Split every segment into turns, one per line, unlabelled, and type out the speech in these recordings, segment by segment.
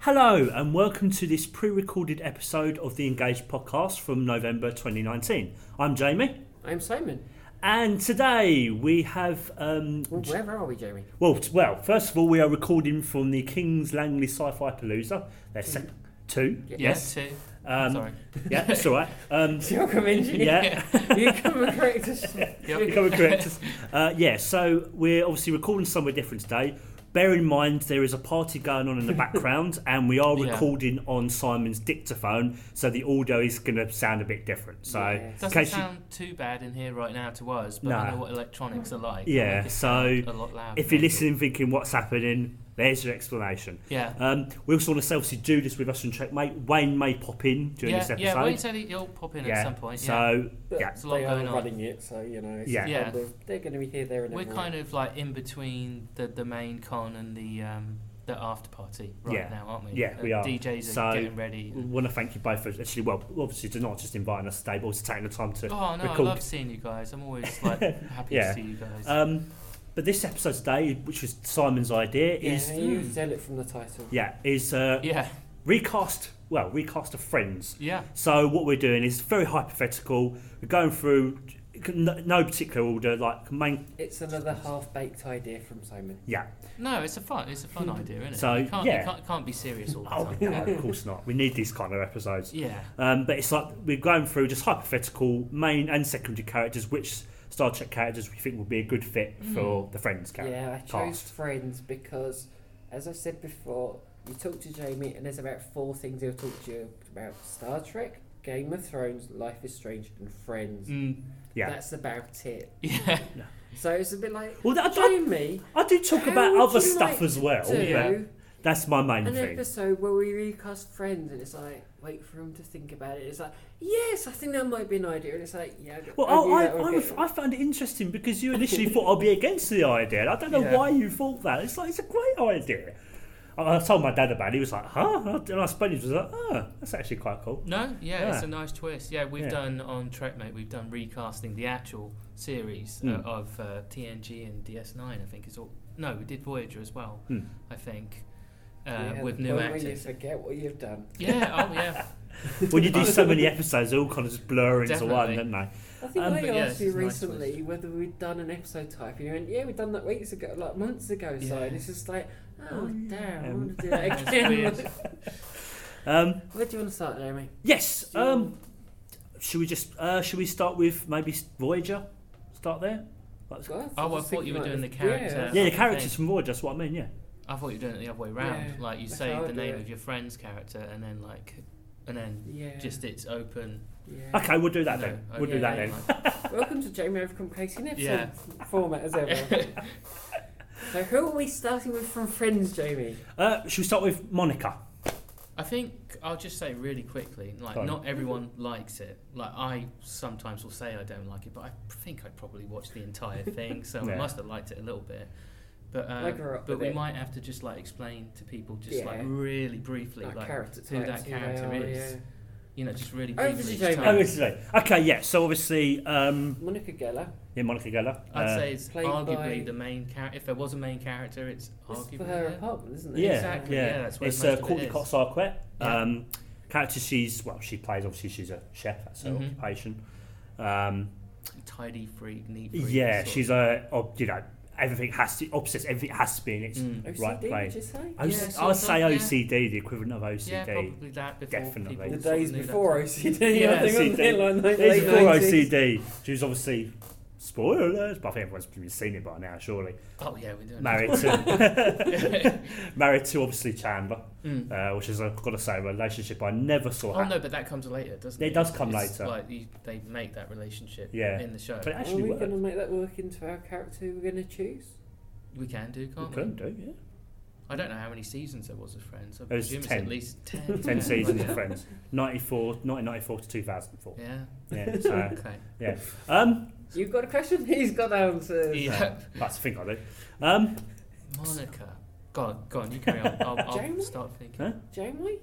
Hello, and welcome to this pre recorded episode of the Engaged podcast from November 2019. I'm Jamie,
I'm Simon.
and today we have. Um,
Well, where are we, Jamie?
well, t- well, first of all, we are recording from the King's Langley Sci Fi Palooza. Their sec- two, yes.
Yeah, two.
Um,
Sorry.
Yeah, that's all right. Um,
Welcome engineer.
yeah.
you come and correct us.
You come and correct us. Uh, yeah, so we're obviously recording somewhere different today. Bear in mind there is a party going on in the background, and we are
Yeah.
recording on Simon's dictaphone, so the audio is going to sound a bit different. So,
Yeah.
in
Doesn't
case you,
sound too bad in here right now to us, but
Nah.
I know what electronics are like.
Yeah,
They make it
so
sound a lot louder.
if you're listening, thinking what's happening, there's your explanation.
yeah,
Um, we also want to obviously do this with us and checkmate. Wayne may pop in during
yeah,
this episode.
yeah. Wayne said he- he'll pop in
Yeah,
at some point. yeah.
So,
But
yeah.
There's a lot
They are
going on.
running it, so you know. It's
Yeah.
Yeah.
kind of- They're going to be here, there, and
we're
everywhere.
kind of like in between the, the main con and the um, the after party right
Yeah.
now, aren't we?
Yeah, we are.
DJs are
So- mm,
getting ready.
We want to thank you both for actually, well, obviously, to not just inviting us today, but also taking the time to
Oh no,
record.
I love seeing you guys. I'm always like happy
Yeah.
to see you guys.
Um, but this episode today, which was Simon's idea,
Yeah,
is
you
Mm.
sell it from the title.
yeah is uh,
yeah,
recast. Well, recast of Friends.
yeah,
So what we're doing is very hypothetical. We're going through no, no particular order, like main.
It's another half-baked idea from Simon.
Yeah.
no, it's a fun, it's a fun idea, isn't it?
So,
you can't,
yeah.
you can't, can't be serious all the
Oh
time.
no, of course not. We need these kind of episodes.
Yeah,
Um, but it's like we're going through just hypothetical main and secondary characters, which Star Trek characters we think would be a good fit for the Friends character.
Mm-hmm. Yeah, I chose
Cast.
friends because, as I said before, you talk to Jamie, and there's about four things he'll talk to you about: Star Trek, Game of Thrones, Life is Strange, and Friends.
mm,
Yeah.
That's about it.
yeah.
So it's a bit like
Well, I, I,
Jamie.
I do talk
How
about
would
other
you
stuff
like
as well.
do
Yeah.
but That's my main
an
thing.
episode where we recast friends and it's like wait for him to think about it it's like yes i think that might be an idea and it's like Oh, yeah
Well,
knew
I, I,
that would
I,
be-
was-
Uh,
I found it interesting because you initially thought I'd be against the idea. and I don't know
Yeah.
why you thought that. It's like it's a great idea. I, I told my dad about it. He was like, "Huh?" And I spent it. Was like, "Ah, that's actually quite cool."
No, yeah, it's
Yeah.
a nice twist. Yeah, we've
Yeah.
done on Trekmate, we've done recasting the actual series
Mm.
uh, of uh, TNG and DS9. I think is all. No, we did Voyager as well.
Hmm.
I think uh,
Yeah,
with
the
new
point where you
actors.
forget what you've done
yeah, oh yeah,
When you do so many episodes, they all kind of just blur into one,
Definitely.
don't they?
i think
Um,
i
but yeah,
asked
it's
you
a nice
recently whether we'd done an episode type and you went yeah we've done that weeks ago like months ago so
Yeah.
and it's just like oh
Oh, yeah.
damn i
Um,
want to do that
That's
again
weird.
Um,
where do you want to start jeremy
yes.
Do you
Um,
want-
should we just uh, should we start with maybe Voyager? Start there. That's-
Well,
Oh, I
was
thought you
thinking
were
like
doing
this.
the character.
yeah.
Yeah, the
Okay.
characters from Voyager. That's what I mean. Yeah.
I thought you were doing it the other way round.
Yeah,
like you
that's
say
how I
the
do
name
it.
of your friend's character, and then like, and then
yeah.
just it's open.
yeah.
Okay, we'll do that
No, oh,
then. We'll do
okay.
that then.
like-
Welcome to Jamie Overcomplicating episode
Yeah.
format as ever. so who are we starting with from Friends, Jamie?
Uh, should we start with Monica?
I think I'll just say really quickly, like
Go on.
not everyone likes it. Like I sometimes will say I don't like it, but I think I probably watched the entire thing, so
Yeah.
I must have liked it a little bit. But
I
uh,
grew up
but
with
we
it.
might have to just like explain to people just like
Yeah.
really briefly,
Like
like
character
who
types,
that
who they
character
are,
is.
yeah.
you know, just really
Over to
briefly. each
Jamie.
time.
Oh, it's today. Okay, yeah. So obviously, um,
Monica Geller.
yeah, Monica Geller.
I'd
uh,
say it's
Played by-
arguably the main character. If there was a main character, it's
This is
arguably
for her
it.
apartment, isn't it?
Yeah,
Exactly,
yeah.
yeah, that's where
it's
most
uh,
of it
Courtney
is.
Cox Sarquet.
Yeah.
Um, character she's well, she plays. Obviously, she's a chef. That's her
Mhm.
occupation. Um,
tidy freak, neat freak.
yeah,
sort of-
she's a ob- you know everything has to obsessed. Everything has to be in its
Mm.
OCD,
right
would
place.
you say?
I would
Yeah,
s-
sort
I'd
of,
say
yeah.
OCD, the equivalent of OCD.
yeah, probably that before
Definitely.
people
The
sort of
days
knew that.
before OCD,
Yeah,
I think, wasn't
OCD.
it? Like late
It's before
90s.
OCD. She was obviously spoilers, but I think everyone's been seen it by now, surely.
Oh yeah, we're doing
Married to married to obviously Chandler,
Mm.
uh, which is I've got to say a relationship I never saw
Oh
happen.
no, but that comes later, doesn't
It
it?
does come
It's
later.
Like you, they make that relationship
Yeah.
in the show.
But it
Are
actually
Oh, we
worked.
going to make that work into our character who we're going to choose?
we can do,
We
can't we?
couldn't do, yeah.
I don't know how many seasons there was of Friends. I
There was
presume it's
10.
at least ten.
10
yeah.
seasons
Yeah.
of Friends, 94, 1994 to 2004.
Yeah.
Yeah, so,
Okay.
um,
You've got a question, he's got answers.
Yeah.
that's the thing I do. Um,
Monica. Go on, go on. You carry on. I'll, I'll
Jamie?
start thinking.
Huh?
Jamie?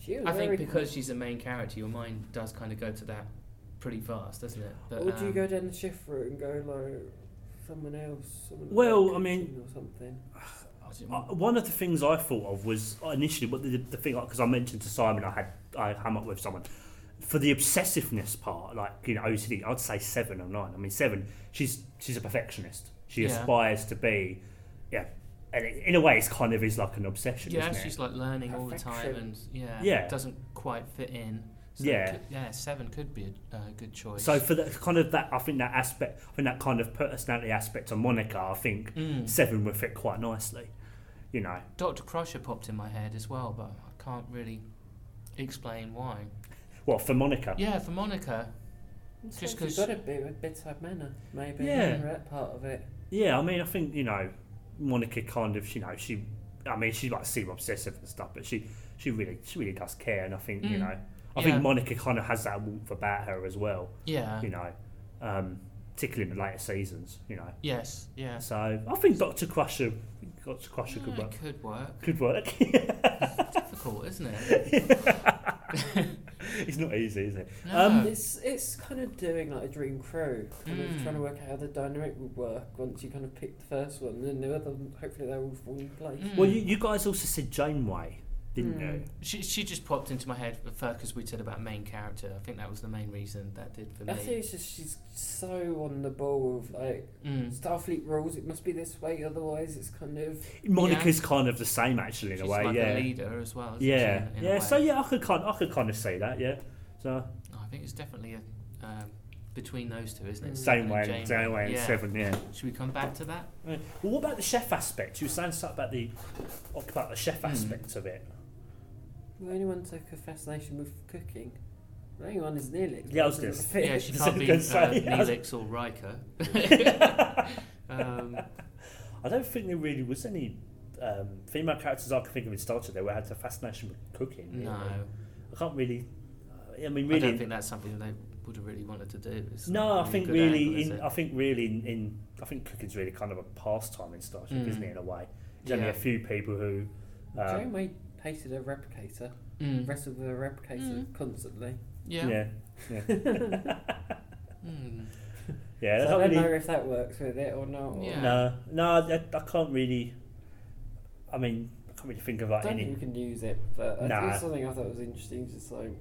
She was
I
very
think because she's a main character, your mind does kind of go to that pretty fast, doesn't it? But,
Or would you
um,
go down the shift route and go like someone else? Someone
Well,
like
I mean-
coaching or something.
didn't-
Uh, one of the things I thought of was initially what the, the thing because I mentioned to Simon I had I hung up with someone for the obsessiveness part, like you know OCD. I'd say seven or nine. I mean seven. She's she's a perfectionist. She
Yeah.
aspires to be, yeah. And it, in a way, it's kind of is like an obsession,
yeah,
isn't it?
she's like learning all the time,
Perfection.
and yeah,
Yeah.
doesn't quite fit in. So
Yeah.
could- yeah, seven could be a uh, good choice.
So for the kind of that, I think that aspect, I think that kind of personality aspect to Monica, I think
Mm.
seven would fit quite nicely. You know,
Doctor Crusher popped in my head as well, but I can't really explain why.
well for Monica,
Yeah, for Monica, Just 'cause-
You've got a bit of a bedside manner, maybe.
Yeah.
That part of it.
Yeah, I mean, I think you know, Monica kind of, you know, she, I mean, she's like super obsessive and stuff, but she, she really, she really does care, and I think you
Mm.
know, I
Yeah.
think Monica kind of has that warmth about her as well,
yeah,
you know, um, particularly in the later seasons, you know.
yes, yeah.
So I think Doctor Crusher, Doctor Crusher could
Yeah,
work,
it could work.
could work.
Difficult, isn't it?
it's not easy, is it?
No.
Um,
It's it's kind of doing like a dream crew, kind
Mm.
of trying to work out how the dynamic would work once you kind of pick the first one, and then the other. one, Hopefully, they all fall in place.
Mm.
Well, you, you guys also said Janeway, didn't
Mm.
you?
she, she just popped into my head because we said about main character. I think that was the main reason that did for me.
I think it's just she's so on the ball of like
Mm.
Starfleet rules. It must be this way, otherwise it's kind of
Monica's kind of the same actually in
She's
a way,
like
yeah.
a leader as well. Isn't
Yeah,
she, in- in a
yeah. So
way?
yeah, I could kind, I could kind of see that. Yeah. So
Oh, I think it's definitely a, um, between those two, isn't it?
Mm.
same
Seven
way,
and
and,
Janeway.
same way, and
yeah.
seven. Yeah.
Should we come back to that?
Right. Well, what about the chef aspect? You were saying something about the about the chef
Hmm.
aspect of it.
Well, anyone took a fascination with cooking. Anyone is nearly.
Yeah, I was gonna say-
Yeah, she
Just
can't be uh,
gonna say, yeah.
Neelix or Riker. um,
I don't think there really was any um, female characters I could think of in Star Trek that were had a fascination with cooking. really.
no,
I can't really. Uh, I mean,
I
really.
don't think that's something they would have really wanted to do. It's
no, I
not
think
a good angle,
really,
is
in,
it?
I think really in, in, I think cooking's really kind of a pastime in Star Trek,
Mm.
isn't it? In a way, there's only
Yeah.
a few people who. Um,
Janeway hated a replicator.
Mm.
Wrestled with a replicator constantly.
Yeah.
yeah. Yeah.
Mm.
Yeah,
so I
that's
don't
not
know
really.
if that works with it or not. Or
Yeah.
No, no, I, I can't really. I mean, I can't really think of
I
like
don't
any.
think you can use it, but I
Nah.
think it's something I thought was interesting. Just like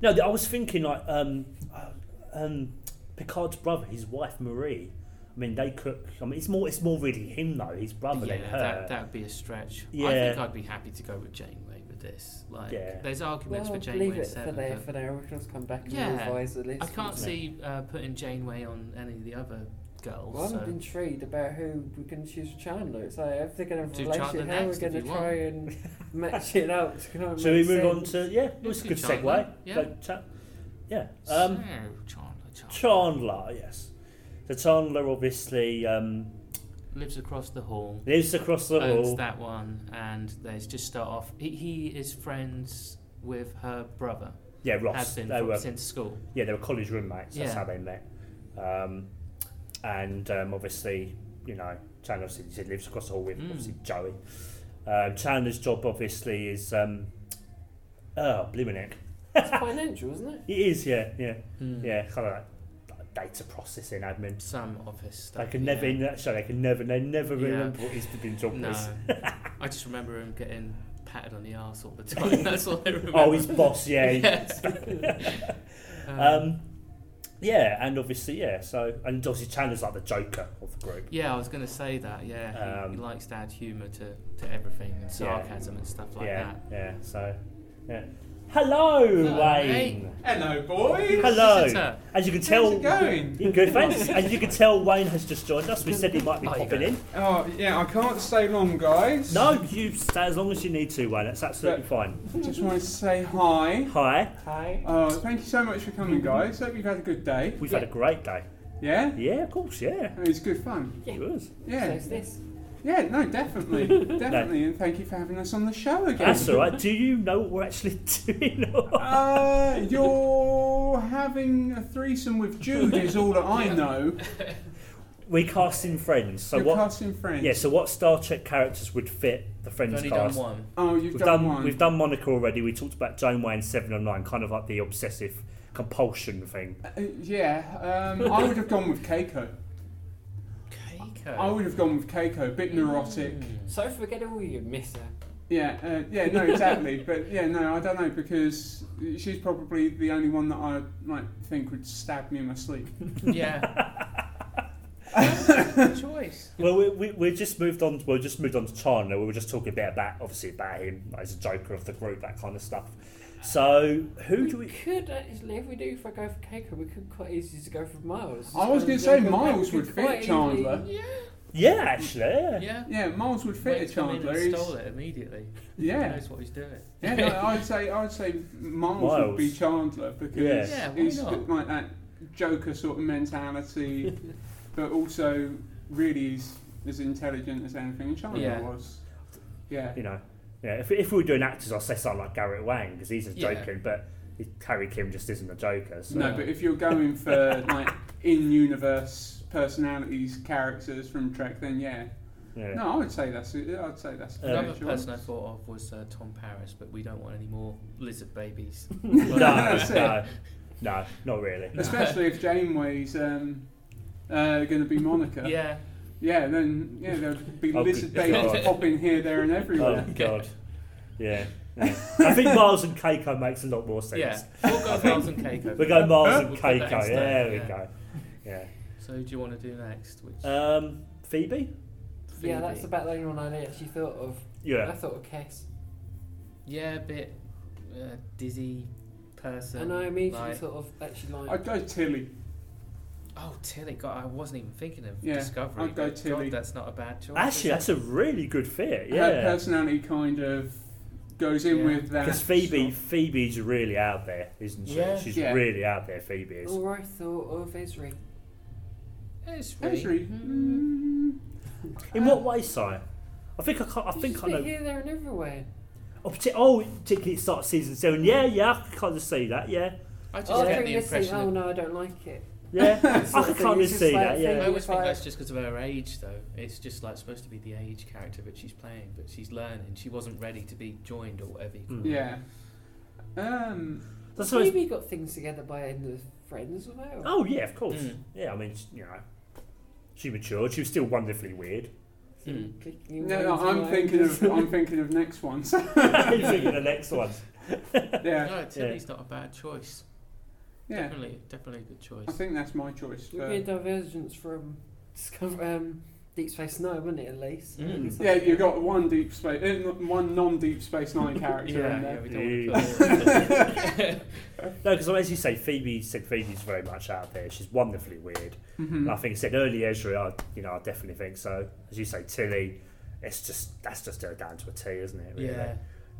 No, I was thinking like um, uh, um, Picard's brother, his wife Marie. I mean, they cook. I mean, it's more. It's more really him though, his brother than
yeah,
her.
that that would be a stretch.
Yeah.
I think I'd be happy to go with Janeway with this. Like,
Yeah.
there's
well,
arguments for Janeway
leave
and
it for
Seven.
there
but
for now. We can just come back and
Yeah.
revise the list.
I can't
isn't it?
see uh, putting Janeway on any of the other girls.
Well, I'm
so.
intrigued about who we can choose for Chandler. It's like if they're going to
Do
relate
Chandler
it, how we're
next if
going to
you want.
try and match it up. It's gonna
Shall we
make
move on
sense.
to yeah? It
It's
was a
a
good
good
segue.
Chandler, yeah.
Don't cha- yeah. Um,
so, Chandler, Chandler
Chandler, yes. So Chandler obviously um,
lives across the hall.
lives across the
owns
hall.
that one, and they just start off. He, he is friends with her brother.
Yeah, Ross.
has been
They
from-
were
since school.
yeah, they were college roommates. That's
Yeah.
how they met. Um, and um, obviously, you know, Chandler obviously he lives across the hall with
Mm.
obviously Joey. Um, Chandler's job obviously is um, oh, blimmin' heck.
It's financial, isn't it?
It is, yeah, yeah,
Hmm.
Mm.
yeah. Kind of like data processing admin.
Some office stuff.
They can never, in
yeah.
that show, they can never, they never
Yeah.
remember what his been job was.
No, I just remember him getting patted on the arse all the time. That's all I remember.
Oh, his boss, yeah. he-
Yes. um,
Um, yeah, and obviously, yeah. So, and obviously, Chandler's like the Joker of the group.
yeah, I was going to say that. Yeah, he, he
Um,
likes to add humour to, to everything and sarcasm and stuff like
yeah,
that.
yeah. So, yeah. Hello,
Hello,
Wayne.
Hello, boys.
Hello.
Visitor.
As you can
How's
tell,
it going?
Yeah, good thanks. As you can tell, Wayne has just joined us. We said he might be
Oh, you
popping
go.
in.
Oh, yeah, I can't stay long, guys.
No, you stay as long as you need to, Wayne. That's absolutely fine.
Just wanted to say hi.
Hi.
Hi.
Oh, thank you so much for coming, guys. Hope you've had a good day.
We've had a great day.
Yeah?
Yeah, of course. Yeah,
It was good fun.
it was.
So
Yeah.
it's this.
Yeah, no, definitely. Definitely. And thank you for having us on the show again.
That's all right. Do you know what we're actually doing?
Uh, you're having a threesome with Jude is all that I know.
we're casting friends. So
you're
what?
casting friends.
Yeah. So what Star Trek characters would fit the
I've
friends
only
cast?
done one.
Oh, you've
We've
done,
done,
one.
we've done Monica already. We talked about Janeway and Seven and Nine, kind of like the obsessive compulsion thing.
Uh, yeah. Um, I would have gone with Keiko.
Okay. Keiko. Hmm.
I would have gone with Keiko, a bit neurotic.
So forgettable you miss her.
Yeah, uh, yeah, no, exactly. but yeah, no, I don't know because she's probably the only one that I like think would stab me in my sleep.
Yeah. That's a good choice.
Well, we, we, we just moved on. We just moved on to China. We were just talking a bit about obviously about him like, as a Joker of the group, that kind of stuff. So who do
we
we?
could actually, if we do if I go for Keiko, we could quite easily go for Miles.
I was
Um,
going to say
we could
Miles
quite-
would
could
fit
quite
Chandler.
easily-
Yeah, actually, yeah.
Yeah.
Yeah, Miles would fit
Wade's
a
come in
Chandler.
And
He's-
stole it immediately. He
Yeah,
knows what he's doing.
yeah. No, I'd say I'd say Miles, would
Miles.
be Chandler because
Yeah.
Yeah, why
he's
not?
like that Joker sort of mentality, but also really is as intelligent as anything Chandler
Yeah.
was. Yeah,
You know, yeah. If, if we were doing actors, I'd say something like Garrett Wang because he's a
Yeah.
Joker, but Harry Kim just isn't a Joker. So.
No, but if you're going for like in-universe personalities, characters from Trek, then yeah.
yeah.
No, I would say that's. I'd say that's.
Uh,
a
Another
fair choice.
person I thought of was uh, Tom Paris, but we don't want any more lizard babies.
no,
That's it.
no, no, not really.
Especially if Janeway's um, uh, going to be Monica.
yeah.
Yeah, Then yeah, there'll be
Oh,
lizard
good
babies
God.
popping here, there, and
Oh
everywhere.
God, yeah. yeah. I think Miles and Keiko makes a lot more sense.
Yeah. We'll go Miles and Keiko.
We go Miles and
We'll put
Keiko.
that
Yeah,
instead,
there
yeah.
we go. Yeah.
So who do you want to do next? Which
Um, Phoebe.
Yeah, that's
Phoebe.
about the only one I actually thought of. I
Yeah.
thought of Kess.
Yeah, a bit uh, dizzy person.
and I immediately
like-
sort of actually like.
I'd go Tilly.
Oh, Tilly. God, I wasn't even thinking of
Yeah,
Discovery.
I'd go
but
Tilly.
God, that's not a bad choice.
Actually,
is
that's a really good fit.
Her
Yeah.
personality kind of goes in
Yeah.
with that.
Because Phoebe,
sort
Phoebe's really out there, isn't she?
Yeah.
She's
Yeah.
really out there. Phoebe is.
Or I thought of Esri.
it? It's
of- Esri.
really. Mm.
Mm,
In
um,
what way, si? I think I, can't, I
She's
think I
been
know.
here, there, and everywhere.
Oh, partic- oh, particularly at the start of season seven. Yeah, yeah, I can kind of see that. Yeah,
I just
Oh, I
get
think
the
this thing,
impression.
oh
of-
no, I don't like it.
yeah, I
Sort
can
of thing.
kind of
It's just
see
like
that.
I
Yeah,
thing-
always think
If I-
that's just because of her age, though. It's just like supposed to be the age character that she's playing, but she's learning. She wasn't ready to be joined or whatever. You call
Mm.
it.
yeah. Um,
that's what I was-
Phoebe got things together by end of Friends as well.
Oh yeah, of course.
Mm.
Yeah, I mean, sh- you know, she matured. She was still wonderfully weird.
Mm.
Clicking your
no, no,
hands
I'm
around.
thinking of I'm thinking of next one. So,
Thinking of the next one.
yeah,
No, Tilly's not a bad choice.
yeah.
Definitely, definitely a good choice.
I think that's my choice.
It would
for-
be a divergence from Discover, um, Deep Space Nine, wouldn't it, at least?
Mm.
Yeah, you got one deep space, eh, n- one non-deep space nine character
yeah,
in
yeah,
there.
we don't want to put her in.
No, because as you say, Phoebe said Phoebe's very much out there. She's wonderfully weird.
Mhm.
And I think I said early Ezra, I, you know, I definitely think so. As you say, Tilly, it's just that's just her down to a T, isn't it? Really?
Yeah,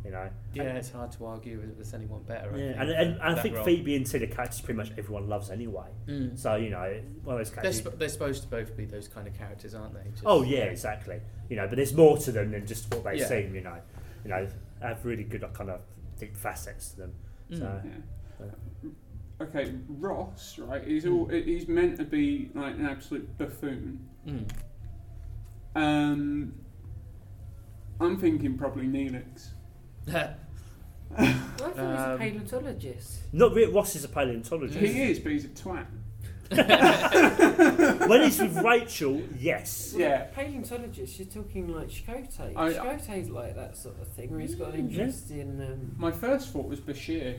You know.
yeah, it's hard to argue that there's anyone better. I
Yeah.
think,
And, and, and
for
I
that
think
role.
Phoebe and Tilly are characters pretty much everyone loves anyway.
Mm.
So you know, one of those
They're,
characters.
sp- they're supposed to both be those kind of characters, aren't they? Just-
Oh yeah, exactly. You know, but there's more to them than just what they
Yeah.
seem. You know, you know, they have really good like, kind of deep facets to them.
Mm.
So
Yeah. Okay, Ross, right? He's all he's meant to be like an absolute buffoon.
Mm.
Um, I'm thinking probably Neelix.
Mm.
I thought
Um,
he was a paleontologist.
not really, Ross is a paleontologist.
He is, but he's a twat.
when he's with Rachel, yes.
Yeah.
Paleontologist, you're talking like Chakotay.
I- Mm-hmm.
Chakotay's like that sort of thing, where he's got an
Mm,
interest in. Um,
My first thought was Bashir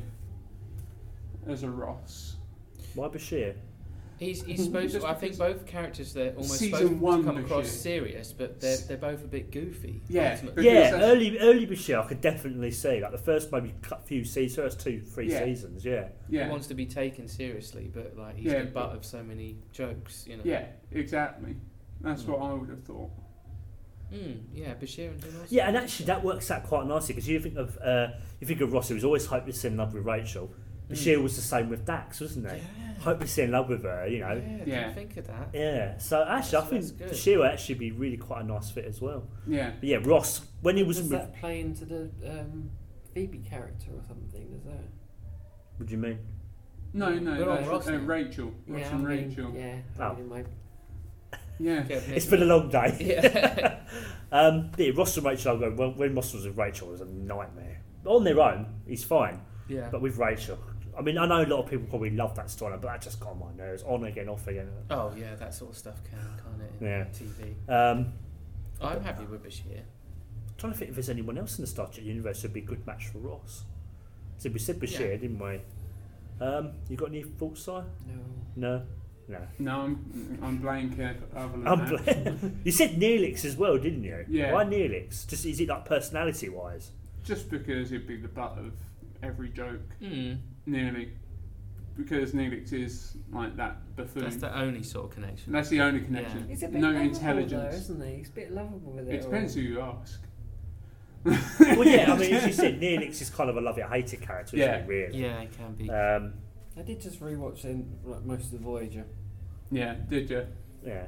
as a Ross.
Why Bashir?
He's, he's supposed
Just
to, I think
because-
both characters they're almost
Season
supposed
one
to come across
Bashir.
serious, but they're, they're both a bit goofy.
Yeah,
ultimately.
Because
Yeah,
that's-
early early Bashir, I could definitely see like the first maybe cu- few seasons, first two three
Yeah.
seasons. Yeah,
He
Yeah.
wants to be taken seriously, but like he's
Yeah,
the
but-
butt of so many jokes, you know.
Yeah. Exactly. That's
Hmm.
what I would have thought.
Mm, yeah, Bashir and who else?
yeah, and actually that works out quite nicely because you think of uh, you think of Ross who was always hopelessly in love with Rachel.
Hmm.
Bashir was the same with Dax, wasn't he? Hopelessly in love with her, you know.
Yeah,
Yeah.
Didn't think of that.
Yeah, so actually, I
So
think
that's good.
Bashir would actually be really quite a nice fit as well.
Yeah.
But yeah, Ross, when he was
does
with.
that play into the um, Phoebe character or something? Does that?
What do you mean?
No, no,
We're on
that's,
Ross
uh,
now.
Rachel. Ross
yeah, I
and
mean,
Rachel.
Yeah. I
Oh.
mean, in my,
Yeah.
Okay,
It's
maybe.
been a long day.
Yeah.
Um, but yeah, Ross and Rachel, I'll go, when, when Ross was with Rachel, it was a nightmare. On their own, he's fine.
yeah.
But with Rachel, I mean, I know a lot of people probably love that storyline, but that just got on my nerves. On again, off again.
Oh yeah, that sort of stuff can, can't it? In
Yeah.
TV.
Um,
I'm happy with Bashir.
trying to think if there's anyone else in the Star Trek universe who'd be a good match for Ross. So we said Bashir,
Yeah.
didn't we? Um, you got any thoughts, Si?
No.
No, no.
No, I'm I'm blanking. Other than
I'm
that.
glad. you said Neelix as well, didn't you?
Yeah.
Why Neelix? Just is it like personality wise?
Just because he'd be the butt of every joke,
Mm,
nearly. Because Neelix is like that buffoon.
that's the only sort of connection.
And that's the only connection.
He's a bit
No
lovable Though,
intelligence.
isn't he? He's a bit lovable with it.
it depends
all.
who you ask.
Well, yeah. I mean, as you said, Neelix is kind of a love it, hate it character, isn't
Yeah.
he? Really.
Yeah, it can be.
Um,
I did just rewatch in like, most of the Voyager.
Yeah, did you?
yeah.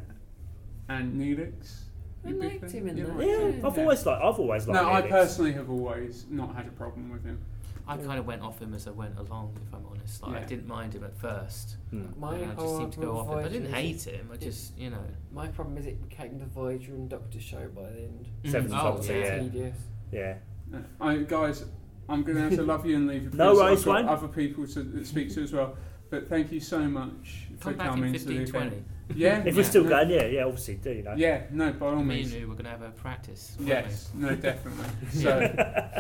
And Neelix?
I
You big
liked
fan?
him in
You
that.
liked
Yeah.
him?
I've always like. I've always liked.
No, I
Neelix.
personally have always not had a problem with him.
I kind of went off him as I went along, if I'm honest. Like I
Yeah.
didn't mind him at first.
Hmm.
My
and I just
whole
seemed to go off him. But I
Voyager
didn't
is-
hate him. I just, you know.
My problem is it became the Voyager and Doctor show by the end.
Seven
Mm. Oh,
Doctor,
yeah.
yeah.
Tedious.
Yeah.
Uh, I, guys, I'm going to have to love you and leave you
No
because
worries,
I've got
Wayne.
other people to speak to as well. But thank you so much for
Come back
coming
in
to
15,
the
20.
event. Yeah,
If
yeah,
we're still
no,
going, yeah, yeah, obviously, do you know?
Yeah, no, by all
Me and
means.
you were going to have a practice. weren't
Yes, no, definitely. So,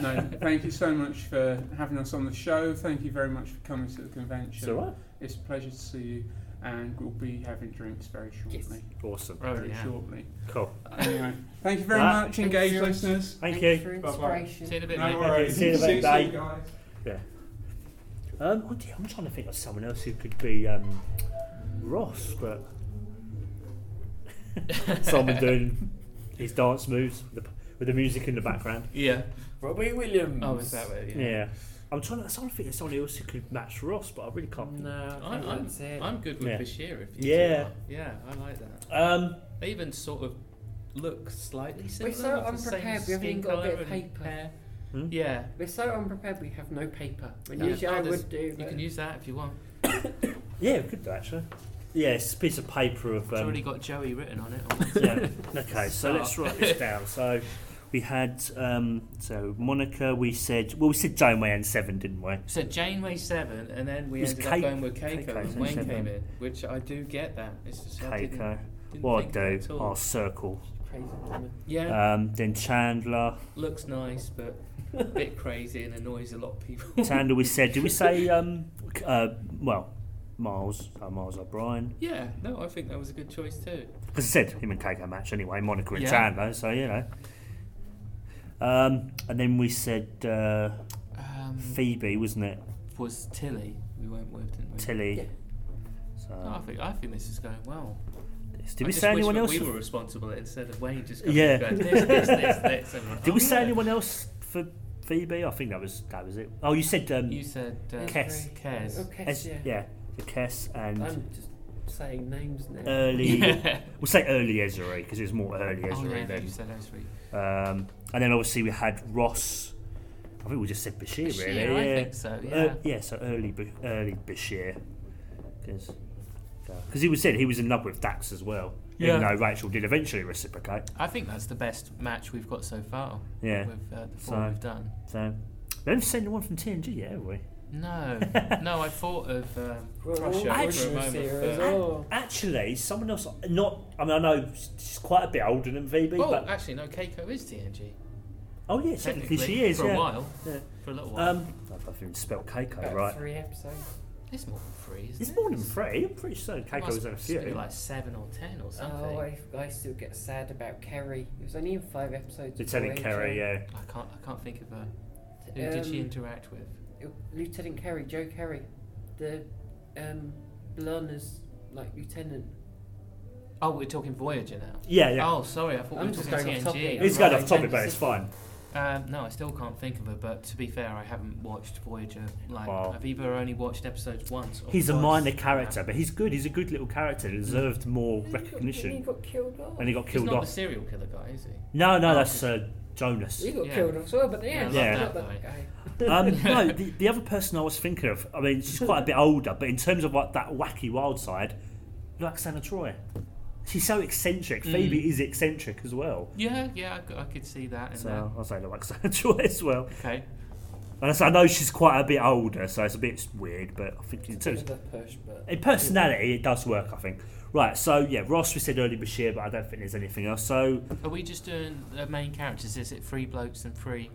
no, thank you so much for having us on the show. Thank you very much for coming to the convention.
It's all right.
It's a pleasure to see you, and we'll be having drinks very shortly.
Yes.
Awesome.
we? Oh,
very
yeah.
shortly.
Cool.
Anyway, thank you very
Right.
much, engaged
Thanks.
listeners.
Thank
Thanks
you.
for
Bye-bye.
inspiration.
See you in a bit,
No
mate.
worries.
See you later,
See
bye.
you guys.
Um, oh dear, I'm trying to think of someone else who could be um, Ross, but someone doing his dance moves with the, with the music in the background.
Yeah.
Robbie
Mm.
Williams.
Oh, is that way?
Yeah. I'm trying to. I'm trying to think of someone else who could match Ross, but I really can't. think.
No, I
I'm,
think
I'm,
that's it.
I'm good with
Yeah.
Bashir if you two
Yeah.
are. Yeah, I like that.
Um,
They even sort of look slightly
We're
similar.
so
like the same
unprepared, we haven't
skin
even got a bit
colour
of
and
paper.
hair.
Hmm?
Yeah.
We're so unprepared we have no paper. When
No.
usually
Oh,
I
there's-
would do.
You
but-
can use that if you want.
yeah, we could do actually. Yeah, it's a piece of paper of.
It's
Um,
already got Joey written on it.
yeah. Okay, so let's write this down. So we had um, so Monica. We said well, we said Janeway and Seven, didn't we?
So Janeway seven, and then we
It's
ended
Keiko-
up going with Keiko,
Keiko's
and
in
Wayne
seven.
came in, which I do get that. It's just I didn't,
Keiko.
didn't
What I
think of it at
do?
all.
I'll circle.
Crazy woman.
Yeah,
Um, then Chandler.
looks nice, but a bit crazy and annoys a lot of people.
Chandler, we said. Did we say? Um, c- uh, well, Miles. Uh, Miles O'Brien.
Yeah, no, I think that was a good choice too.
Because I said him and Keiko match anyway. Monica and
Yeah.
Chandler. So you know. Um, and then we said uh,
Um,
Phoebe, wasn't it?
was Tilly we went with, didn't we?
Tilly.
Yeah.
No, Oh, I
So,
think I think this is going well.
did
I
we
just
say
wish
anyone
that
else?
We
for-
were responsible instead of Wayne just going,
Yeah.
yeah. going this, this, this, this. and we're like,
Did we
"Oh,
say
yeah."
anyone else for Phoebe? I think that was that was it. Oh, you said um,
You said uh,
There's
Kes.
three.
Kes. Um,
Oh, Kes,
Es-
yeah.
yeah, the Kess and
I'm just saying names now.
early.
Yeah.
We'll say early Ezra because it was more early
Oh,
Ezra
yeah, I think
then.
you said Ezra.
Um, and then obviously we had Ross. I think we just said Bashir,
Bashir,
really.
I
yeah.
think so, yeah.
Uh, yeah, so early, B- early Bashir, because he was said he was in love with Dax as well. Even
Yeah.
though Rachel did eventually reciprocate.
I think that's the best match we've got so far.
Yeah.
With uh, the four
So-
we've done.
So we haven't seen anyone from TNG yet, have we?
No, no, I thought of um,
Well,
Crusher
all
for a
the
moment.
series
but-
are-
Ac-
Oh.
Actually, someone else. Not. I mean, I know she's quite a bit older than VB,
Oh,
but
actually, no, Keiko is TNG.
oh yeah, technically she
technically,
is.
For
yeah.
a while.
Yeah.
For a little while.
Um, I don't know if it's spelled Keiko,
About
right?
three episodes.
it's more than three, isn't
It's
it?
more than three. I'm pretty certain
It
Keiko
must
was in a
be
few.
like seven or ten or something.
Oh,
I...
I, I still get sad about Kerry. It was only in five episodes.
Lieutenant
of
Kerry, yeah.
can't. I can't think of her. Who did
Um,
she interact with?
Lieutenant Kerry, Joe Kerry, the um, blonde is like lieutenant.
Oh, we're talking Voyager now.
Yeah, yeah.
Oh, sorry, I thought
I'm
we were
just
talking
going off topic.
TNG.
It's
right,
going off topic, but
Genesis.
it's fine.
Um, no, I still can't think of her. But to be fair, I haven't watched Voyager. Like
Wow.
I've either only watched episodes once. Or
He's a
twice.
minor character, but he's good. He's a good little character. He deserved more
He
recognition.
got killed off.
And he got
He's
killed
not
off.
the serial killer guy, is he?
No, no,
Oh,
that's uh, Jonas.
He got
Yeah.
killed off as well, but
Yeah, I
yeah,
love
Yeah.
not
that
that guy.
Um, no, the, the other person I was thinking of, I mean, she's quite a bit older, but in terms of like that wacky wild side, like Santa Troy. She's so eccentric.
Mm.
Phoebe is eccentric as well.
Yeah, yeah, I, c- I could see that. In
So I'll say like Santa Troy as well.
there. Okay.
And I said, I know she's quite a bit older, so it's a bit weird, but I think in
It's a
terms
bit of a push, but
in personality, it does work, I think. Right, so yeah, Ross, we said earlier Bashir, but I don't think there's anything else. So,
Are we just doing the main characters? Is it three blokes and three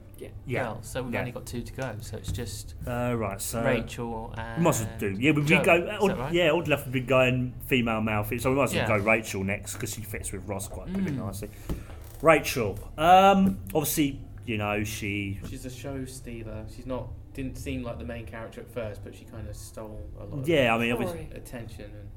yeah.
girls? So we've
Yeah.
only got two to go. So it's just
Uh, right, so.
Rachel
We
and.
might as well do. Yeah, we, we
Joe,
go. oh,
is that right?
Yeah, odd left we've been going female male, fe- so we might as well
Yeah.
go Rachel next because she fits with Ross quite pretty
Mm.
nicely. Rachel, um, obviously, you know she.
She's a show stealer. She's not. Didn't seem like the main character at first, but she kind of stole a lot
Yeah, I mean, obviously.
Sorry.
of attention. And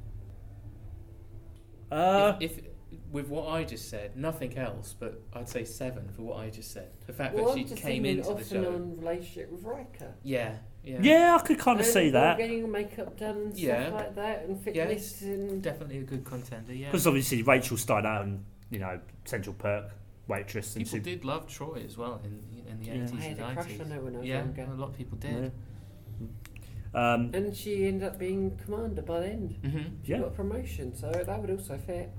Uh,
if, if with what I just said, nothing else, but I'd say seven for what I just said. The fact
Well,
that she
I'm just
came
thinking
into
off
the
and
show.
on relationship with Riker.
Yeah, yeah,
yeah, I could kind of
And
see
all
that
Getting your makeup done and
Yeah.
stuff like that, and
Yes.
fitness and
Definitely a good contender. Yeah,
because obviously Rachel started out in you know Central Perk waitress and
people
super,
did love Troy as well in in the
Yeah.
eighties
I
and
had a crush on
nineties.
her when I was
Yeah,
younger.
a lot of people did.
yeah. Um,
And she ended up being commander by the end.
Mm-hmm.
She
Yeah.
got a promotion, so that would also fit.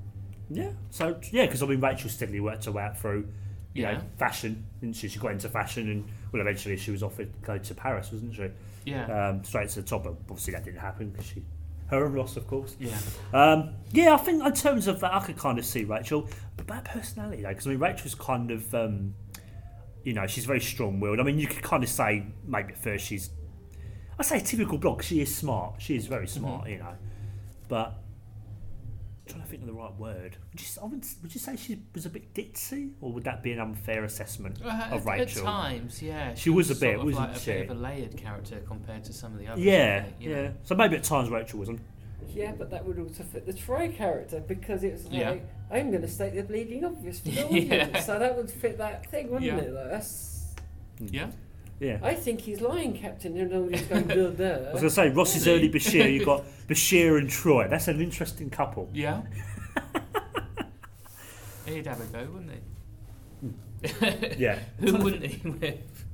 yeah, so yeah, because I mean Rachel steadily worked her way out through you
Yeah,
know fashion, and she she got into fashion, and well eventually she was offered to go to Paris, wasn't she?
yeah,
um, straight to the top. But obviously, that didn't happen because she, her and Ross, of course.
yeah.
Um, yeah, I think in terms of that, I could kind of see Rachel, but about personality though, because I mean, Rachel's kind of, um, you know, she's very strong-willed. I mean, you could kind of say maybe at first she's, I say typical block. She is smart. She is
Mm-hmm.
very smart, you know, but. I'm Trying to think of the right word. Would you, s- I would, s- would you say she was a bit ditzy, or would that be an unfair assessment?
Uh, at, at
Rachel.
times, yeah,
She was a bit,
sort of
wasn't
like
she?
A bit of a layered character compared to some of the others.
Yeah,
wasn't it, you
yeah.
know?
So maybe at times Rachel was.
Yeah, but that would also fit the Troy character because it was like,
Yeah.
I'm going to state the bleeding obvious for the
Yeah.
audience. So that would fit that thing, wouldn't
Yeah.
it? Like, that's,
Yeah.
Yeah.
I think he's lying, Captain, and all he's going, duh,
I was
duh.
going to say, Ross is
Really?
early Bashir. You've got Bashir and Troy. That's an interesting couple.
Yeah. He'd have a go, wouldn't he?
Yeah.
Who wouldn't he with?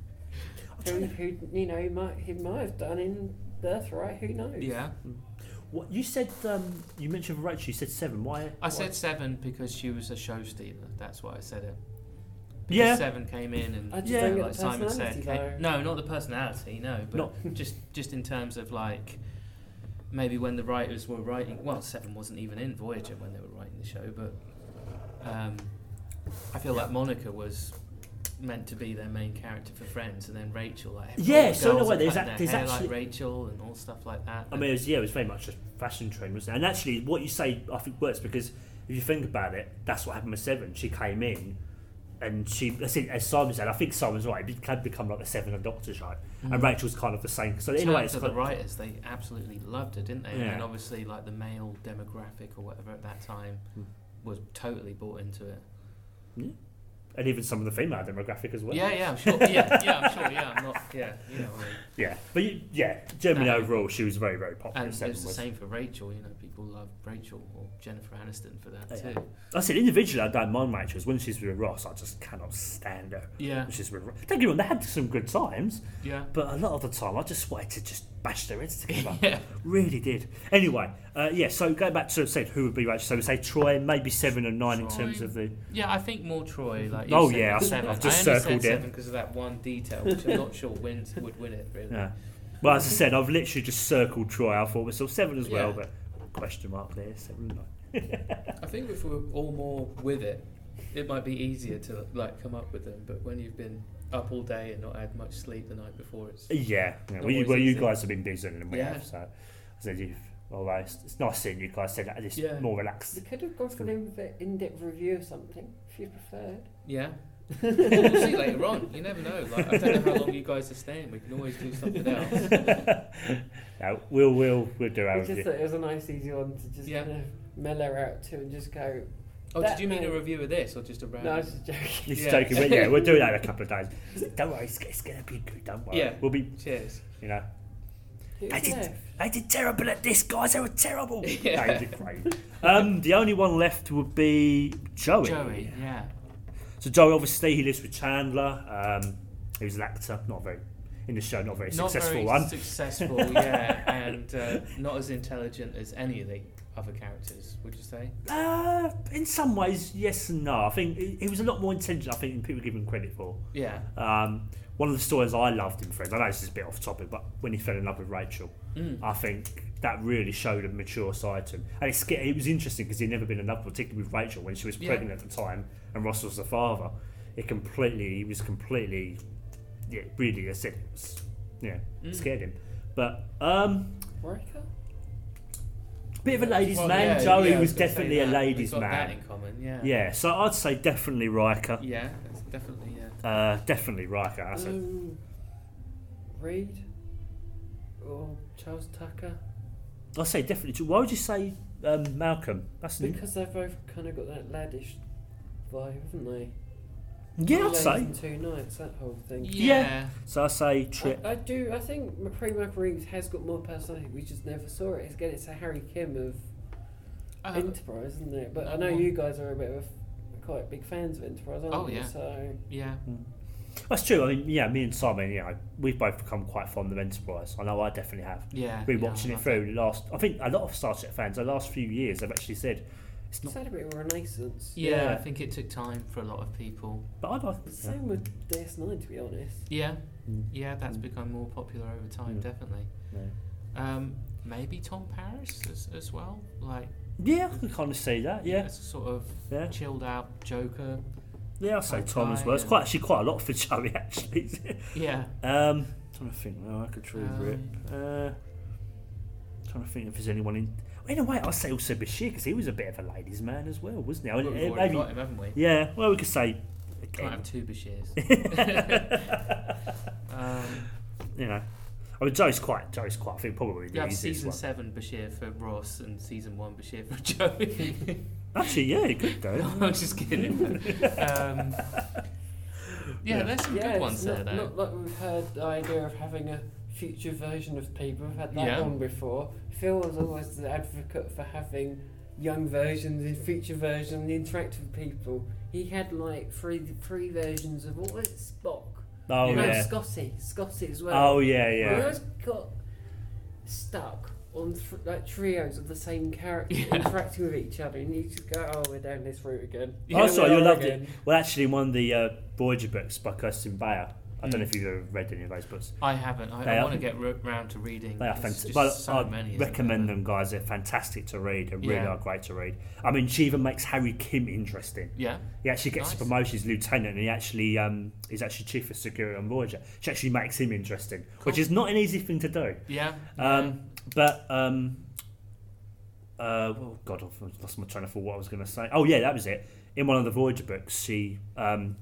Who, who, you know, he might, he might have done in Birthright, who knows?
Yeah.
What you said? Um, you mentioned Rachel. You said seven. Why?
I said seven because she was a show stealer. That's why I said it. Because
Yeah.
Seven came in and
I just
Yeah.
don't get
like
the
Simon said,
personality,
came,
though.
no, not the personality, no, but just just in terms of like maybe when the writers were writing. Well, seven wasn't even in Voyager when they were writing the show, but um, I feel like Monica was meant to be their main character for Friends, and then Rachel. Like,
Yeah,
all the
so in a
girls
way
are
there's
cutting
act-
their
there's
hair
actually-
like Rachel and all stuff like that.
I mean, it was, yeah, it was very much a fashion trend, wasn't it? And actually, what you say, I think, works because if you think about it, that's what happened with Seven. She came in, and she, I think, as Simon said, I think Simon's right. It can become like the Seven of Doctor show, and Rachel's kind of the same. So in a way,
terms
it's
of Mm. the
kind of,
writers, they absolutely loved her, didn't they?
Yeah.
And obviously, like the male demographic or whatever at that time
Hmm.
was totally bought into it.
and even some of the female demographic as well.
Yeah, yeah, I'm sure. Yeah, yeah, I'm sure. Yeah, I'm not. Yeah, you know. I mean,
yeah. But you, yeah, Germany
No.
overall, she was very, very popular.
and it
Seven
was the
was.
same for Rachel. You know, people loved Rachel or Jennifer Aniston for that
Yeah.
too.
I said individually, I don't mind Rachel. It's When she's with Ross, I just cannot stand her.
Yeah,
When She's with Ross. Don't get me wrong, they had some good times,
yeah.
but a lot of the time, I just wanted to just bash their heads together.
Yeah.
Really did. Anyway, uh, yeah. So going back to said who would be Rachel. So we say Troy, maybe seven and nine in
Troy.
terms of the.
Yeah, I think more Troy. Like you
Oh,
said,
yeah,
with
I've-
seven.
I've just
I only
circled it.
said seven because of that one detail, which I'm not sure wins would win it really.
Yeah. Well, as I said, I've literally just circled Troy. I thought myself seven as well,
Yeah.
but question mark there. Seven and nine. Uh,
I think if we're all more with it, it might be easier to like come up with them. But when you've been up all day and not had much sleep the night before, it's
Yeah, yeah.
Not
Well, you,
always
well, you
easy.
guys have been busier than we
Yeah.
have, so I said you've. Well, it's, it's nice seeing you guys said that. It's
Yeah.
more relaxed.
We could have gone for an in- in-depth review of something, if you preferred.
yeah. we'll see later on. You never know. Like I don't know how long you guys are staying. We can always do something else.
No, we'll we'll we'll do our
we just
review.
thought it was a nice, easy one to just
Yeah.
kind of mellow out to and just go,
Oh,
That
did you mean a
night-
review of this or just a
no, I
random?
was just joking.
He's
Yeah.
joking, but yeah, we'll do that in a couple of days. Don't worry, it's, it's gonna be good. Don't worry,
Yeah.
we'll be.
Cheers.
You know,
Who's
I did-
left?
they did terrible at this, guys. They were terrible.
Yeah.
They did great. Um, the only one left would be Joey.
Joey. Yeah.
So Joey, obviously, he lives with Chandler. Um, he was an actor, not very in the show, not very
not
successful
very
one.
successful. Yeah, and uh, not as intelligent as any of the other characters, would you say?
Uh, in some ways, yes and no. I think he he was a lot more intelligent. I think than people give him credit for.
Yeah.
Um, one of the stories I loved in Friends. I know this is a bit off topic, but when he fell in love with Rachel,
Mm.
I think that really showed a mature side to him. And it's, sca- it was interesting because he'd never been in love, particularly with Rachel when she was
Yeah.
pregnant at the time, and Ross was the father. It completely, he was completely, yeah, really, I said, it was- yeah,
Mm.
scared him. But um,
Riker?
bit of a ladies'
Well,
man.
yeah,
Joey
yeah, I
was
gonna say
definitely a
that.
ladies'
We've got
man.
That in common, yeah.
Yeah, so I'd say definitely Riker.
Yeah, that's definitely yeah.
Uh, definitely Riker. That's it.
Um, Reed? Or Charles Tucker?
Mm.
I'd say definitely. Why would you say um, Malcolm? That's an,
Because they've both kind of got that laddish vibe, haven't they?
yeah, I'd
Two
say.
days and Two nights, that whole thing.
Yeah. So I say Trip.
I, I do. I think Prem Reeves has got more personality. We just never saw it. It's again, it's a Harry Kim of
Uh,
Enterprise, isn't it? But I
uh,
know
well-
you guys are a bit of quite big fans of Enterprise, aren't
Oh,
you?
yeah.
So
yeah.
That's true. I mean, yeah, me and Simon, you know, we've both become quite fond of Enterprise. I know I definitely have.
Yeah.
Rewatching
yeah,
it through the last, I think a lot of Star Trek fans the last few years have actually said it's
it's
not.
had a bit of a renaissance.
Yeah,
Yeah.
I think it took time for a lot of people.
But I like.
It's the
Yeah.
Same with DS9, to be honest.
Yeah.
Mm.
Yeah, that's
Mm.
become more popular over time,
Mm.
definitely. Um, maybe Tom Paris as, as well. Like
Yeah, I can kind of see that. Uh, Yeah,
as a sort of
yeah,
chilled out Joker.
yeah. I'll say Tom as well. It's quite actually quite a lot for Joey actually.
Yeah.
um, trying to think. No, I could truly rip.
Um,
Uh, trying to think if there's anyone in. In a way, I'd say also Bashir because he was a bit of a ladies' man as well, wasn't he? I
Well,
mean,
we've
eh,
already
maybe,
got him, haven't we?
yeah. Well, we could say
Can't
again.
have two Bashirs. um,
you know, I mean, Joe's quite. Joe's quite. I think probably
you
the
have
easiest
season
one.
seven Bashir for Ross and season one Bashir for Joey.
Actually, yeah, you could do.
no, I'm just kidding. um, yeah,
Yeah.
there's some
yeah,
good
it's
ones there
not,
though.
not like we've heard the idea of having a future version of people. We've had that
Yeah.
one before. Phil was always the advocate for having young versions and future versions and interact with people. He had like three three versions of what was it, Spock?
Oh
You
no,
know,
yeah.
Scotty, Scotty as well.
Oh yeah,
We
yeah.
always got stuck on thr like trios of the same character
Yeah.
interacting with each other, and you just go, "Oh, we're down this route again."
Yeah.
oh,
Here
sorry,
we
you
are
loved
again.
it. Well, actually, one of the uh, Voyager books by Kirsten Bayer. I don't know
Mm.
if you've ever read any of those books.
I haven't.
They
I,
are-
I want to get ro- round to reading.
They are
There's
fantastic.
just
Well,
so
I'd
many, isn't there,
recommend
but-
them, guys. They're fantastic to read. They really
Yeah.
are great to read. I mean, she even makes Harry Kim interesting.
Yeah.
He actually gets
Nice.
a promotion. He's lieutenant, and he actually um, is actually chief of security on Voyager. She actually makes him interesting, which
Cool.
is not an easy thing to do.
Yeah.
Um, but um, uh, oh god, I've lost my train of thought. What I was going to say. Oh yeah, that was it. In one of the Voyager books, she um,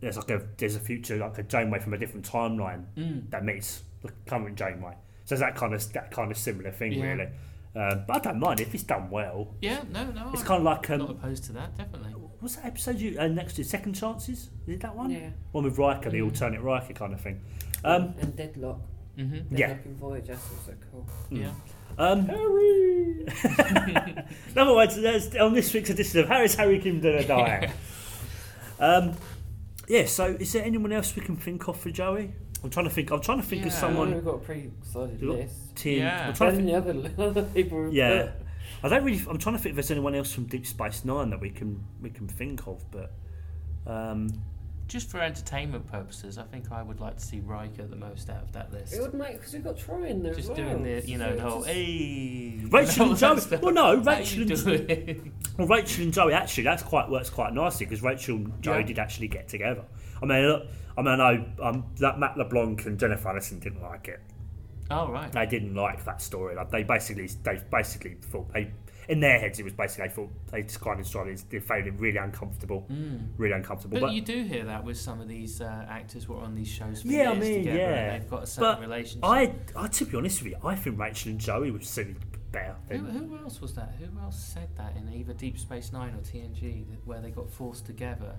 there's like a there's a future like a Janeway from a different timeline
yeah. Mm.
that meets the current Janeway. So it's that kind of that kind of similar thing
Yeah.
really. Um, but I don't mind if it's done well.
Yeah. No. No.
It's
I'm
kind of like
not
um,
opposed to that. Definitely.
what's that episode you uh, next to Second Chances? Is it that one?
Yeah.
One with Riker, the
Mm.
alternate Riker kind of thing. Um,
and Deadlock.
Mm-hmm.
Yeah.
Deadlock and Voyager, that's also cool.
Yeah.
um,
Harry!
Number one, so that's on this week's edition of Harry's Harry Kim Gonna Die. um, yeah, so is there anyone else we can think of for Joey? I'm trying to think. I'm trying to think of
Yeah.
someone.
We've got a pretty solid
Look.
list.
Tim,
Yeah.
I'm trying to
Then
think,
the other, other people. we've
Yeah.
put-
I don't really. I'm trying to think if there's anyone else from Deep Space Nine that we can we can think of, but um,
Just for entertainment purposes, I think I would like to see Riker the most out of that list.
It would make because we've got Troy in there
Just
as well.
doing the, you know, the
So
whole,
just-
hey.
Rachel
all
and
that
Joey.
stuff.
Well, no,
How you
Rachel and
doing?
well, Rachel and Joey actually that's quite works quite nicely because Rachel and Joey
Yeah.
did actually get together. I mean, look, I mean, I know um, that Matt LeBlanc and Jennifer Aniston didn't like it.
oh, right.
they didn't like that story. Like they basically, they basically thought they, in their heads, it was basically they thought they just kind of started. They found it really uncomfortable,
Mm.
really uncomfortable.
But,
But,
you do hear that with some of these uh, actors who are on these shows for
Yeah, I
years
mean,
together
yeah.
and they've got a certain
But
relationship.
I, I, to be honest with you, I think Rachel and Joey would suit better.
who,
Than,
who else was that? Who else said that in either Deep Space Nine or TNG that, where they got forced together?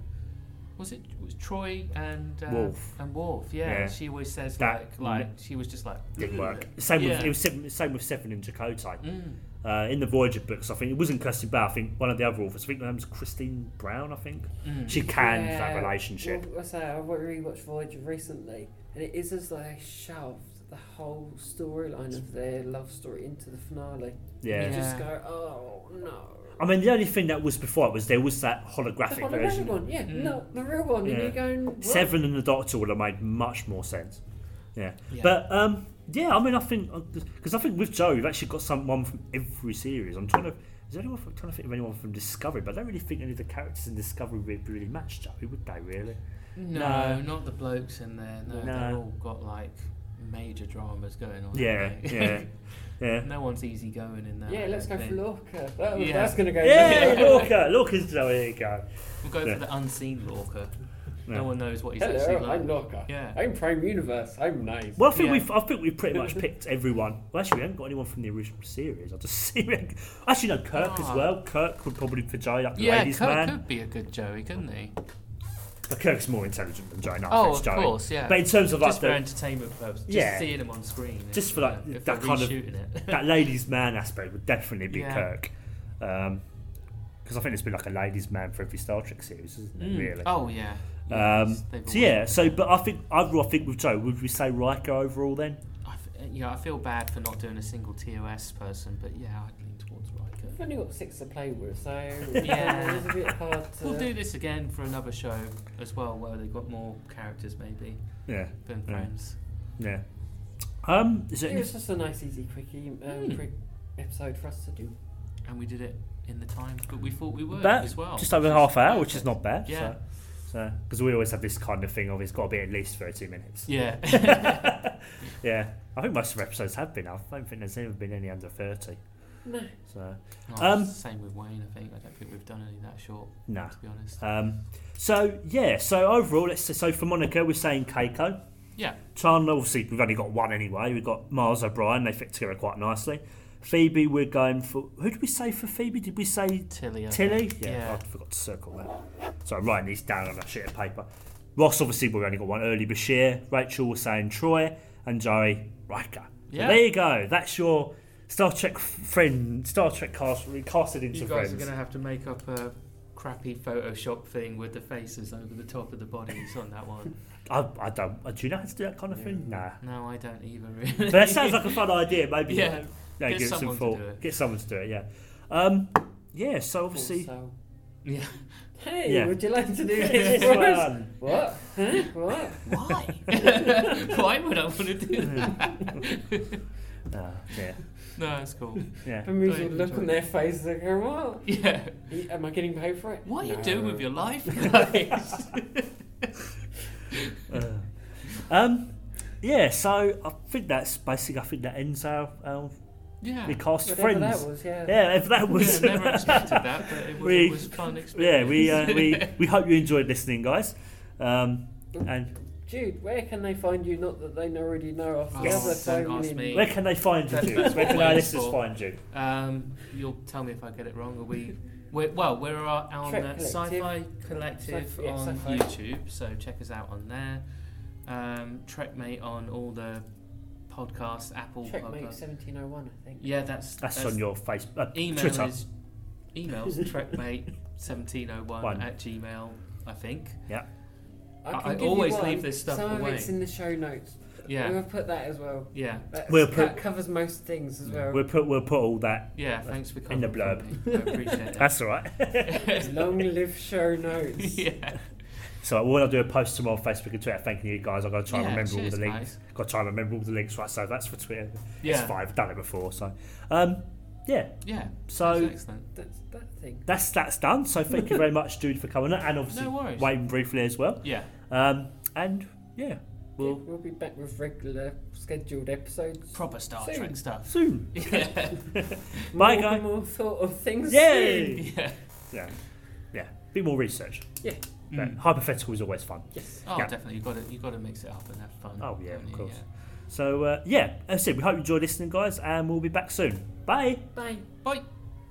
Was it was Troy and uh,
Wolf.
And Wolf, yeah.
Yeah.
She always says
That-
like, like she was just like
didn't work. Same with
Hmm. Yeah.
it was same, same with Seven and Chakotay.
Mm.
Uh, in the Voyager books, I think it wasn't Kirsty Bow. I think one of the other authors. I think her name was Christine Brown. I think
Mm.
she canned
Yeah.
that relationship.
Well, I say I wa- rewatched Voyager recently, and it is as though they shoved the whole storyline of their love story into the finale.
Yeah.
You just
Yeah.
go, oh no.
I mean, the only thing that was before it was there was that
the
holographic
holographic
version.
one, yeah,
Mm.
no, the real one. And
Yeah.
you're going what?
Seven and the Doctor would have made much more sense.
Yeah.
But um, yeah, I mean, I think because I think with Joe, we've actually got someone from every series. I'm trying to. Is there anyone from, trying to think of anyone from Discovery? But I don't really think any of the characters in Discovery really, really match Joe, would they? Really?
Oh, no, not the blokes in there. No, they've
No.
all got like major dramas going on.
Yeah,
haven't
yeah,
they?
yeah.
no one's easy going in there.
Yeah,
I
let's
don't
go for
think.
Lorca. That was,
Yeah.
That's gonna go.
Yeah, Lorca, Lorca's Joe. There you go.
We'll go
Yeah.
for the unseen Lorca.
Yeah.
No one knows what he's
Hello,
actually like.
I'm Lorca.
Yeah.
I'm Prime Universe. I'm nice.
Well, I think
Yeah.
we've I think we've pretty much picked everyone. Well, actually, we haven't got anyone from the original series. I just see. Actually, no, Kirk
Ah.
as well. Kirk would probably for Joe like the
yeah,
ladies'
Kirk
man.
could be a good Joey, couldn't he?
But Kirk's more intelligent than Joe. No,
oh,
offense,
of
Joe.
course, yeah.
But in terms of like
just for
the,
entertainment purposes, just
Yeah.
seeing him on screen. is,
Just for, like,
uh,
that
if they're
kind of-
reshooting it.
that ladies' man aspect would definitely be
Yeah.
Kirk, because I think it's been like a ladies' man for every Star Trek series, isn't it?
Mm.
Really.
Oh yeah.
Um,
Yes, they've
so
all-
yeah, so but I think overall, I think with Joe, would we say Riker overall then?
I f- uh, yeah, I feel bad for not doing a single TOS person, but yeah, I'd lean towards
We've
Riker.
only got six to play with, so
Yeah.
yeah, it's a bit hard to.
We'll do this again for another show as well, where they've got more characters maybe
Yeah,
than
Yeah.
friends.
yeah. Um, is there
It
any,
was just a nice, easy, quickie um,
Hmm.
quick episode for us to do.
And we did it in the time that we thought we would
That-
as well.
just over
which is
half hour, which
perfect.
is not bad.
Yeah.
So, because we always have this kind of thing of it's got to be at least thirty minutes.
Yeah.
yeah, I think most of our episodes have been. I don't think there's ever been any under thirty.
No.
So
Oh,
Um,
same with Wayne, I think. I don't think we've done any that short,
no.
to be honest.
Um, so yeah, so overall, let's say so for Monica, we're saying Keiko.
Yeah.
Chandler, obviously, we've only got one anyway. We've got Miles O'Brien. They fit together quite nicely. Phoebe, we're going for. Who did we say for Phoebe? Did we say
Tilly. I
Tilly?
think.
Yeah,
Yeah.
I forgot to circle that. So I'm writing these down on a sheet of paper. Ross, obviously, we've only got one. Early Bashir. Rachel, we're saying Troy. And Joey, Riker. So
Yeah.
there you go. That's your Star Trek f- friend, Star Trek cast, casted into
You guys
friends.
are going to have to make up a crappy Photoshop thing with the faces over the top of the bodies on that one.
I, I don't. Do you know how to do that kind of thing? Nah.
No, I don't either, really.
But that sounds like a fun idea. Maybe
Yeah.
No,
Get
give it some
someone to
thought.
do it.
Get someone to do it. Yeah. Um, yeah. So obviously,
Also,
Yeah.
hey,
Yeah.
would you like to do this
This
for us?
one.
What? Huh? What?
Why? Why would I want to do that?
Ah, yeah,
No, that's cool.
yeah.
Bermuda
Don't
look
enjoy
on their faces like, what?
Yeah.
Am I getting paid for it?
What are you
No.
doing with your life, guys?
Uh, um, yeah. So I think that's basically. I think that ends our, our
yeah.
we cast
Whatever
friends.
that was, yeah.
Yeah. If that
yeah.
was.
Never expected that, but it was,
We-
it was fun
yeah.
experience.
We uh, we we hope you enjoyed listening, guys. Um, and
Jude, where can they find you? Not that they already know off the
Oh,
other
don't
phone
ask
in.
me.
where can they find you?
That's-
Jude?
that's
Where can
what
our
we're
listeners
for.
find you?
Um, you'll tell me if I get it wrong. Are we? We're, well, we're on
Trek
uh,
Collective.
Sci-Fi Collective
Sci- yeah,
on
Sci-Fi.
YouTube, so check us out on there. Um, Trekmate on all the podcasts, Apple
Checkmate
podcasts.
1701, I think.
Yeah, that's
That's, on your Facebook, uh,
email
Twitter.
is emails Trekmate seventeen oh one
One.
at Gmail, I think. I-
can
I
give you
always
one.
leave this stuff
Some
away.
of it's in the show notes.
Yeah,
We'll put that as well.
yeah,
That's,
We'll
that
put-
covers most things
Mm.
as well.
We'll put we'll put all that.
yeah. Thanks for
In
coming.
the
for me. I appreciate that.
That's all right.
Long live show notes.
yeah.
So when I do a post tomorrow on Facebook and Twitter, thanking you guys, I've got to try
yeah,
and remember all
cheers,
the links.
guys.
Got to try and remember all the links, right? So that's for Twitter.
Yeah,
It's fine. I've done it before, so um, yeah.
yeah.
So
that's excellent.
That's that thing.
that's that's done. So thank you very much, Jude, for coming, on, and obviously
No worries.
Wayne briefly as well.
Yeah.
Um, and yeah,
We'll,
we'll
be back with regular scheduled episodes.
proper Star
Soon.
Trek stuff.
soon.
yeah.
Bye,
more,
guy.
More thought of things. soon.
Yay!
yeah.
Yeah, yeah. Bit more research. But
Mm.
hypothetical is always fun.
Yes.
Oh,
Yeah.
definitely. You got to you got to mix it up and have fun.
Oh, yeah,
don't
of
you?
course. So uh, yeah, that's it. We hope you enjoyed listening, guys, and we'll be back soon. Bye.
Bye.
Yeah. Bye.